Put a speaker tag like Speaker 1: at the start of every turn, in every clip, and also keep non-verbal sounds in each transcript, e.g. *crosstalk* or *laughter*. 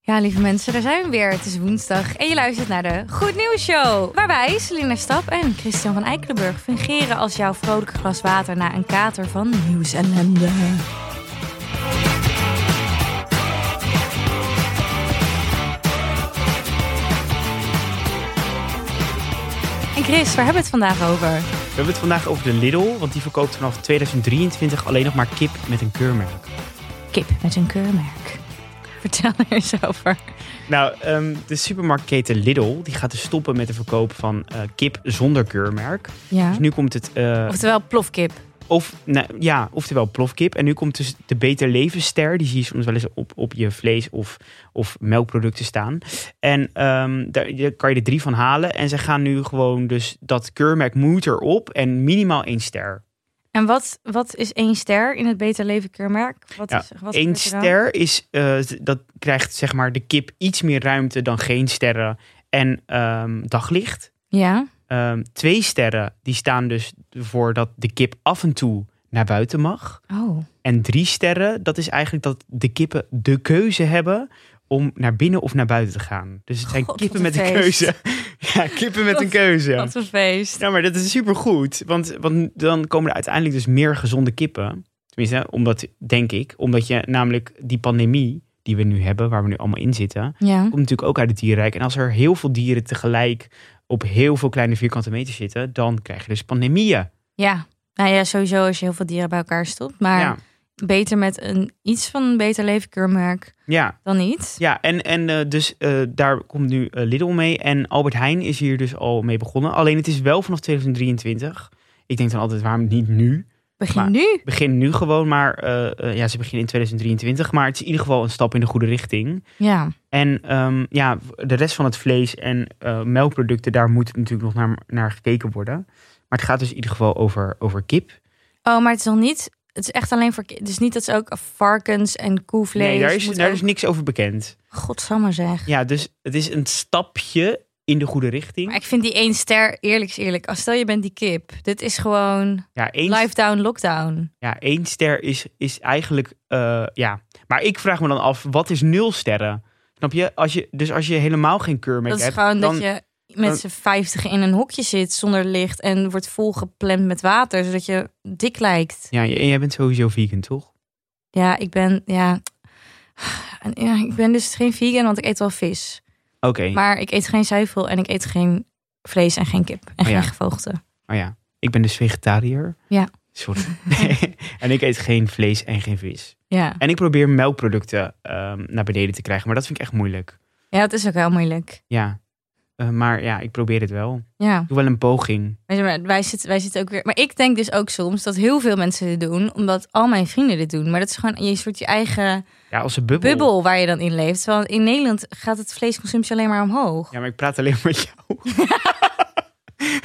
Speaker 1: Ja, lieve mensen, daar zijn we weer. Het is woensdag en je luistert naar de Goed Nieuws Show. Waarbij Selina Stap en Christian van Eikelenburg fungeren als jouw vrolijke glas water na een kater van nieuws en ellende. En Chris, waar hebben we het vandaag over?
Speaker 2: We hebben het vandaag over de Lidl, want die verkoopt vanaf 2023 alleen nog maar kip met een keurmerk.
Speaker 1: Kip met een keurmerk. Vertel er eens over.
Speaker 2: Nou, ehm, de supermarktketen Lidl die gaat dus stoppen met de verkoop van eh, kip zonder keurmerk.
Speaker 1: Ja.
Speaker 2: Dus nu komt het, eh,
Speaker 1: Oftewel plofkip.
Speaker 2: of, nou, ja, oftewel plofkip. En nu komt dus de Beter Levensster. Die zie je soms wel eens op, op je vlees of, of melkproducten staan. En ehm, daar, daar kan je er drie van halen. En ze gaan nu gewoon dus dat keurmerk moet erop en minimaal één ster.
Speaker 1: En wat, wat is één ster in het Beter Leven keurmerk? Wat
Speaker 2: Ja,
Speaker 1: is, wat
Speaker 2: Eén
Speaker 1: gebeurt er dan?
Speaker 2: ster is, eh, d- dat krijgt zeg maar de kip iets meer ruimte dan geen sterren en ehm, daglicht.
Speaker 1: Ja,
Speaker 2: Ehm, twee sterren, die staan dus voor dat de kip af en toe naar buiten mag.
Speaker 1: oh.
Speaker 2: En drie sterren, dat is eigenlijk dat de kippen de keuze hebben om naar binnen of naar buiten te gaan. Dus het zijn
Speaker 1: God,
Speaker 2: kippen
Speaker 1: wat
Speaker 2: met
Speaker 1: een
Speaker 2: een
Speaker 1: feest.
Speaker 2: keuze. *laughs* Ja, kippen met
Speaker 1: Wat-
Speaker 2: een keuze.
Speaker 1: Wat een feest.
Speaker 2: Ja, maar dat is supergoed. Want, want dan komen er uiteindelijk dus meer gezonde kippen. Tenminste, hè, omdat, denk ik, omdat je namelijk die pandemie die we nu hebben, waar we nu allemaal in zitten,
Speaker 1: Ja.
Speaker 2: komt natuurlijk ook uit het dierenrijk. En als er heel veel dieren tegelijk op heel veel kleine vierkante meter zitten, dan krijg je dus pandemieën.
Speaker 1: ja. Nou ja, sowieso als je heel veel dieren bij elkaar stopt. Maar
Speaker 2: Ja,
Speaker 1: beter met een, iets van een Beter Leven keurmerk
Speaker 2: ja,
Speaker 1: dan niet.
Speaker 2: ja. En, en eh, dus eh, daar komt nu eh, Lidl mee. En Albert Heijn is hier dus al mee begonnen. Alleen het is wel vanaf 2023. Ik denk dan altijd, waarom niet nu?
Speaker 1: Begin
Speaker 2: Maar-
Speaker 1: nu.
Speaker 2: begin nu gewoon, maar eh, eh, ja, ze beginnen in 2023. Maar het is in ieder geval een stap in de goede richting.
Speaker 1: Ja.
Speaker 2: En ehm, ja, de rest van het vlees en eh, melkproducten, daar moet natuurlijk nog naar, naar gekeken worden. Maar het gaat dus in ieder geval over, over kip.
Speaker 1: Oh, maar het is nog niet... Het is echt alleen voor... ki- Dus niet dat ze ook varkens en koevlees...
Speaker 2: nee, daar is,
Speaker 1: moet
Speaker 2: daar
Speaker 1: ook-
Speaker 2: is niks over bekend.
Speaker 1: Godsamme zeg.
Speaker 2: Ja, dus het is een stapje in de goede richting.
Speaker 1: Maar ik vind die één ster eerlijk is eerlijk. Als stel je bent die kip. Dit is gewoon
Speaker 2: Ja, één,
Speaker 1: live down, lockdown.
Speaker 2: ja, één ster is, is eigenlijk, eh, ja. Maar ik vraag me dan af, wat is nul sterren? Snap je? Als je dus als je helemaal geen keurmerk
Speaker 1: Dat is
Speaker 2: hebt,
Speaker 1: gewoon
Speaker 2: dan,
Speaker 1: dat je
Speaker 2: dan-
Speaker 1: met z'n vijftig in een hokje zit zonder licht en wordt volgepland met water, zodat je dik lijkt.
Speaker 2: Ja, j- en jij bent sowieso vegan, toch?
Speaker 1: Ja, ik ben, ja, En ja ik ben dus geen vegan, want ik eet wel vis.
Speaker 2: Oké.
Speaker 1: Maar ik eet geen zuivel en ik eet geen vlees en geen kip en
Speaker 2: Oh ja.
Speaker 1: geen gevogelte.
Speaker 2: Maar ja, ik ben dus vegetariër.
Speaker 1: Ja.
Speaker 2: Sorry.
Speaker 1: *laughs*
Speaker 2: *laughs* en ik eet geen vlees en geen vis.
Speaker 1: Ja.
Speaker 2: En ik probeer melkproducten ehm, naar beneden te krijgen, maar dat vind ik echt moeilijk.
Speaker 1: ja, het is ook heel moeilijk.
Speaker 2: Ja. Eh, maar ja, ik probeer het wel.
Speaker 1: Ja.
Speaker 2: Ik doe wel een poging.
Speaker 1: Weet je, maar Wij zitten, wij zitten ook weer. Maar ik denk dus ook soms dat heel veel mensen dit doen, omdat al mijn vrienden dit doen. Maar dat is gewoon je soort je eigen
Speaker 2: Ja, als een bubbel.
Speaker 1: bubbel waar je dan in leeft. Terwijl in Nederland gaat het vleesconsumptie alleen maar omhoog.
Speaker 2: Ja, maar ik praat alleen
Speaker 1: *laughs*
Speaker 2: met jou.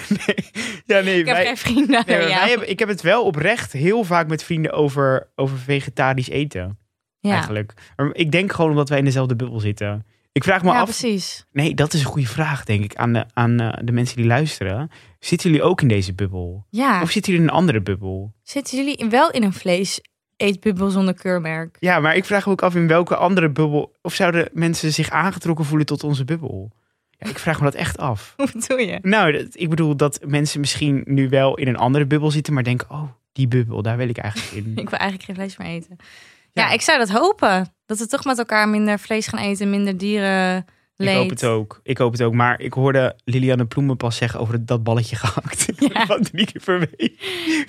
Speaker 2: nee. Ja, nee.
Speaker 1: Ik heb
Speaker 2: wij-
Speaker 1: geen vrienden
Speaker 2: nee,
Speaker 1: door
Speaker 2: maar
Speaker 1: jou.
Speaker 2: wij hebben- ik heb het wel oprecht heel vaak met vrienden over, over vegetarisch eten.
Speaker 1: ja.
Speaker 2: Eigenlijk. Maar ik denk gewoon omdat wij in dezelfde bubbel zitten. Ik vraag me
Speaker 1: ja,
Speaker 2: af
Speaker 1: precies.
Speaker 2: Nee, dat is een goede vraag, denk ik, aan de, aan eh, de mensen die luisteren. Zitten jullie ook in deze bubbel?
Speaker 1: Ja,
Speaker 2: Of zitten jullie in een andere bubbel?
Speaker 1: zitten jullie wel in een vlees eetbubbel zonder keurmerk? *laughs*
Speaker 2: Ja, maar ik vraag me ook af in welke andere bubbel... Of zouden mensen zich aangetrokken voelen tot onze bubbel? Ja, ik vraag me dat echt af.
Speaker 1: Hoe bedoel je?
Speaker 2: *laughs* Nou, dat- ik bedoel dat mensen misschien nu wel in een andere bubbel zitten... maar denken, oh, die bubbel, daar wil ik eigenlijk
Speaker 1: *laughs*
Speaker 2: in.
Speaker 1: Ik wil eigenlijk geen vlees meer eten. Ja,
Speaker 2: Ja.
Speaker 1: ik zou dat hopen. Dat we toch met elkaar minder vlees gaan eten, minder dieren.
Speaker 2: Ik hoop het ook. Ik hoop het ook. Maar ik hoorde Liliane Ploemen pas zeggen over dat balletje gehakt. *laughs*
Speaker 1: Ja.
Speaker 2: Van drie keer per week.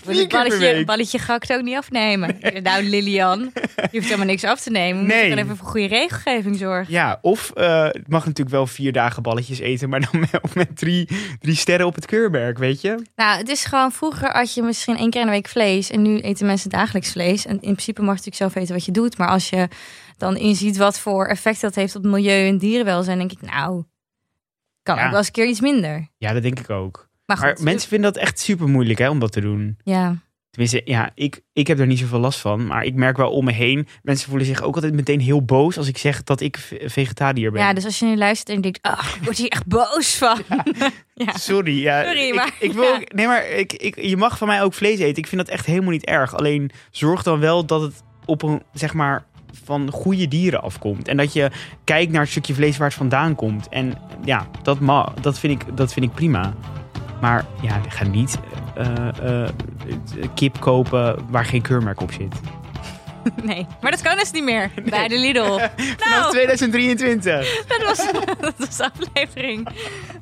Speaker 1: Wil het
Speaker 2: Vier keer per
Speaker 1: balletje,
Speaker 2: week.
Speaker 1: balletje gehakt ook niet
Speaker 2: *laughs*
Speaker 1: afnemen. Nou, Lilian, je hoeft helemaal niks af te nemen. We
Speaker 2: Nee.
Speaker 1: moeten gewoon even voor goede regelgeving zorgen.
Speaker 2: Ja, of eh, het mag natuurlijk wel vier dagen balletjes eten, maar dan *laughs* met, met drie, drie sterren op het keurmerk, weet je?
Speaker 1: Nou, het is gewoon, vroeger had je misschien één keer in de week vlees. En nu eten mensen dagelijks vlees. En in principe mag je natuurlijk zelf weten wat je doet. Maar als je dan inziet wat voor effect dat heeft op milieu en dierenwelzijn, denk ik, nou, kan
Speaker 2: Ja.
Speaker 1: ook wel eens een keer iets minder.
Speaker 2: Ja, dat denk ik ook.
Speaker 1: Maar goed,
Speaker 2: Maar mensen vinden dat echt super moeilijk hè, om dat te doen.
Speaker 1: ja.
Speaker 2: Tenminste, ja, ik, ik heb er niet zoveel last van, maar ik merk wel om me heen. Mensen voelen zich ook altijd meteen heel boos als ik zeg dat ik ve- vegetariër ben.
Speaker 1: ja, dus als je nu luistert en je denkt, oh, ik word hier echt boos van. ja.
Speaker 2: *laughs* Sorry, ja.
Speaker 1: Sorry,
Speaker 2: ik,
Speaker 1: maar-
Speaker 2: ik wil,
Speaker 1: ja.
Speaker 2: ook- Nee, maar ik, ik, je mag van mij ook vlees eten. Ik vind dat echt helemaal niet erg. Alleen zorg dan wel dat het op een, zeg maar, van goede dieren afkomt. En dat je kijkt naar het stukje vlees waar het vandaan komt. En ja, dat, ma dat, vind, ik, dat vind ik prima. Maar ja, ga niet eh, eh, kip kopen waar geen keurmerk op zit.
Speaker 1: Nou. Nee, maar dat kan dus niet meer
Speaker 2: *laughs*
Speaker 1: bij de Lidl.
Speaker 2: Vanaf
Speaker 1: Nou,
Speaker 2: 2023.
Speaker 1: dat was, *laughs* dat was de aflevering.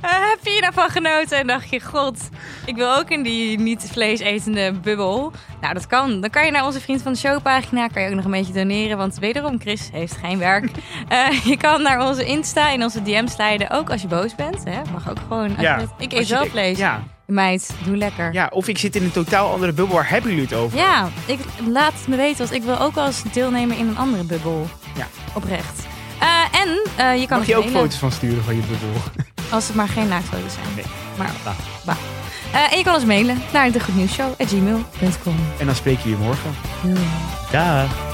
Speaker 1: Eh, heb je daarvan genoten en dacht je, god, ik wil ook in die niet vleesetende bubbel. Nou, dat kan. Dan kan je naar onze Vriend van de Show pagina, kan je ook nog een beetje doneren, want wederom, Chris heeft geen werk.
Speaker 2: *laughs*
Speaker 1: Eh, je kan naar onze Insta en onze DM's leiden, ook als je boos bent. Hè? Mag ook gewoon. Als
Speaker 2: Ja,
Speaker 1: je- ik
Speaker 2: Als
Speaker 1: eet
Speaker 2: je
Speaker 1: wel
Speaker 2: denkt-
Speaker 1: vlees.
Speaker 2: Ja,
Speaker 1: Meid, doe lekker.
Speaker 2: ja, of ik zit in een totaal andere bubbel. Waar hebben jullie het over?
Speaker 1: Ja, ik, laat het me weten, want ik wil ook wel eens deelnemen in een andere bubbel.
Speaker 2: Ja.
Speaker 1: Oprecht. Eh, en eh, je kan
Speaker 2: Mag je ook
Speaker 1: het delen,
Speaker 2: foto's van sturen van je bubbel?
Speaker 1: als het maar geen naaktfoto's zijn.
Speaker 2: Nee.
Speaker 1: Maar,
Speaker 2: Ah.
Speaker 1: bah. Eh, en je kan ons mailen naar de Goed Nieuws Show at gmail.com.
Speaker 2: En dan spreken we je morgen. Dag.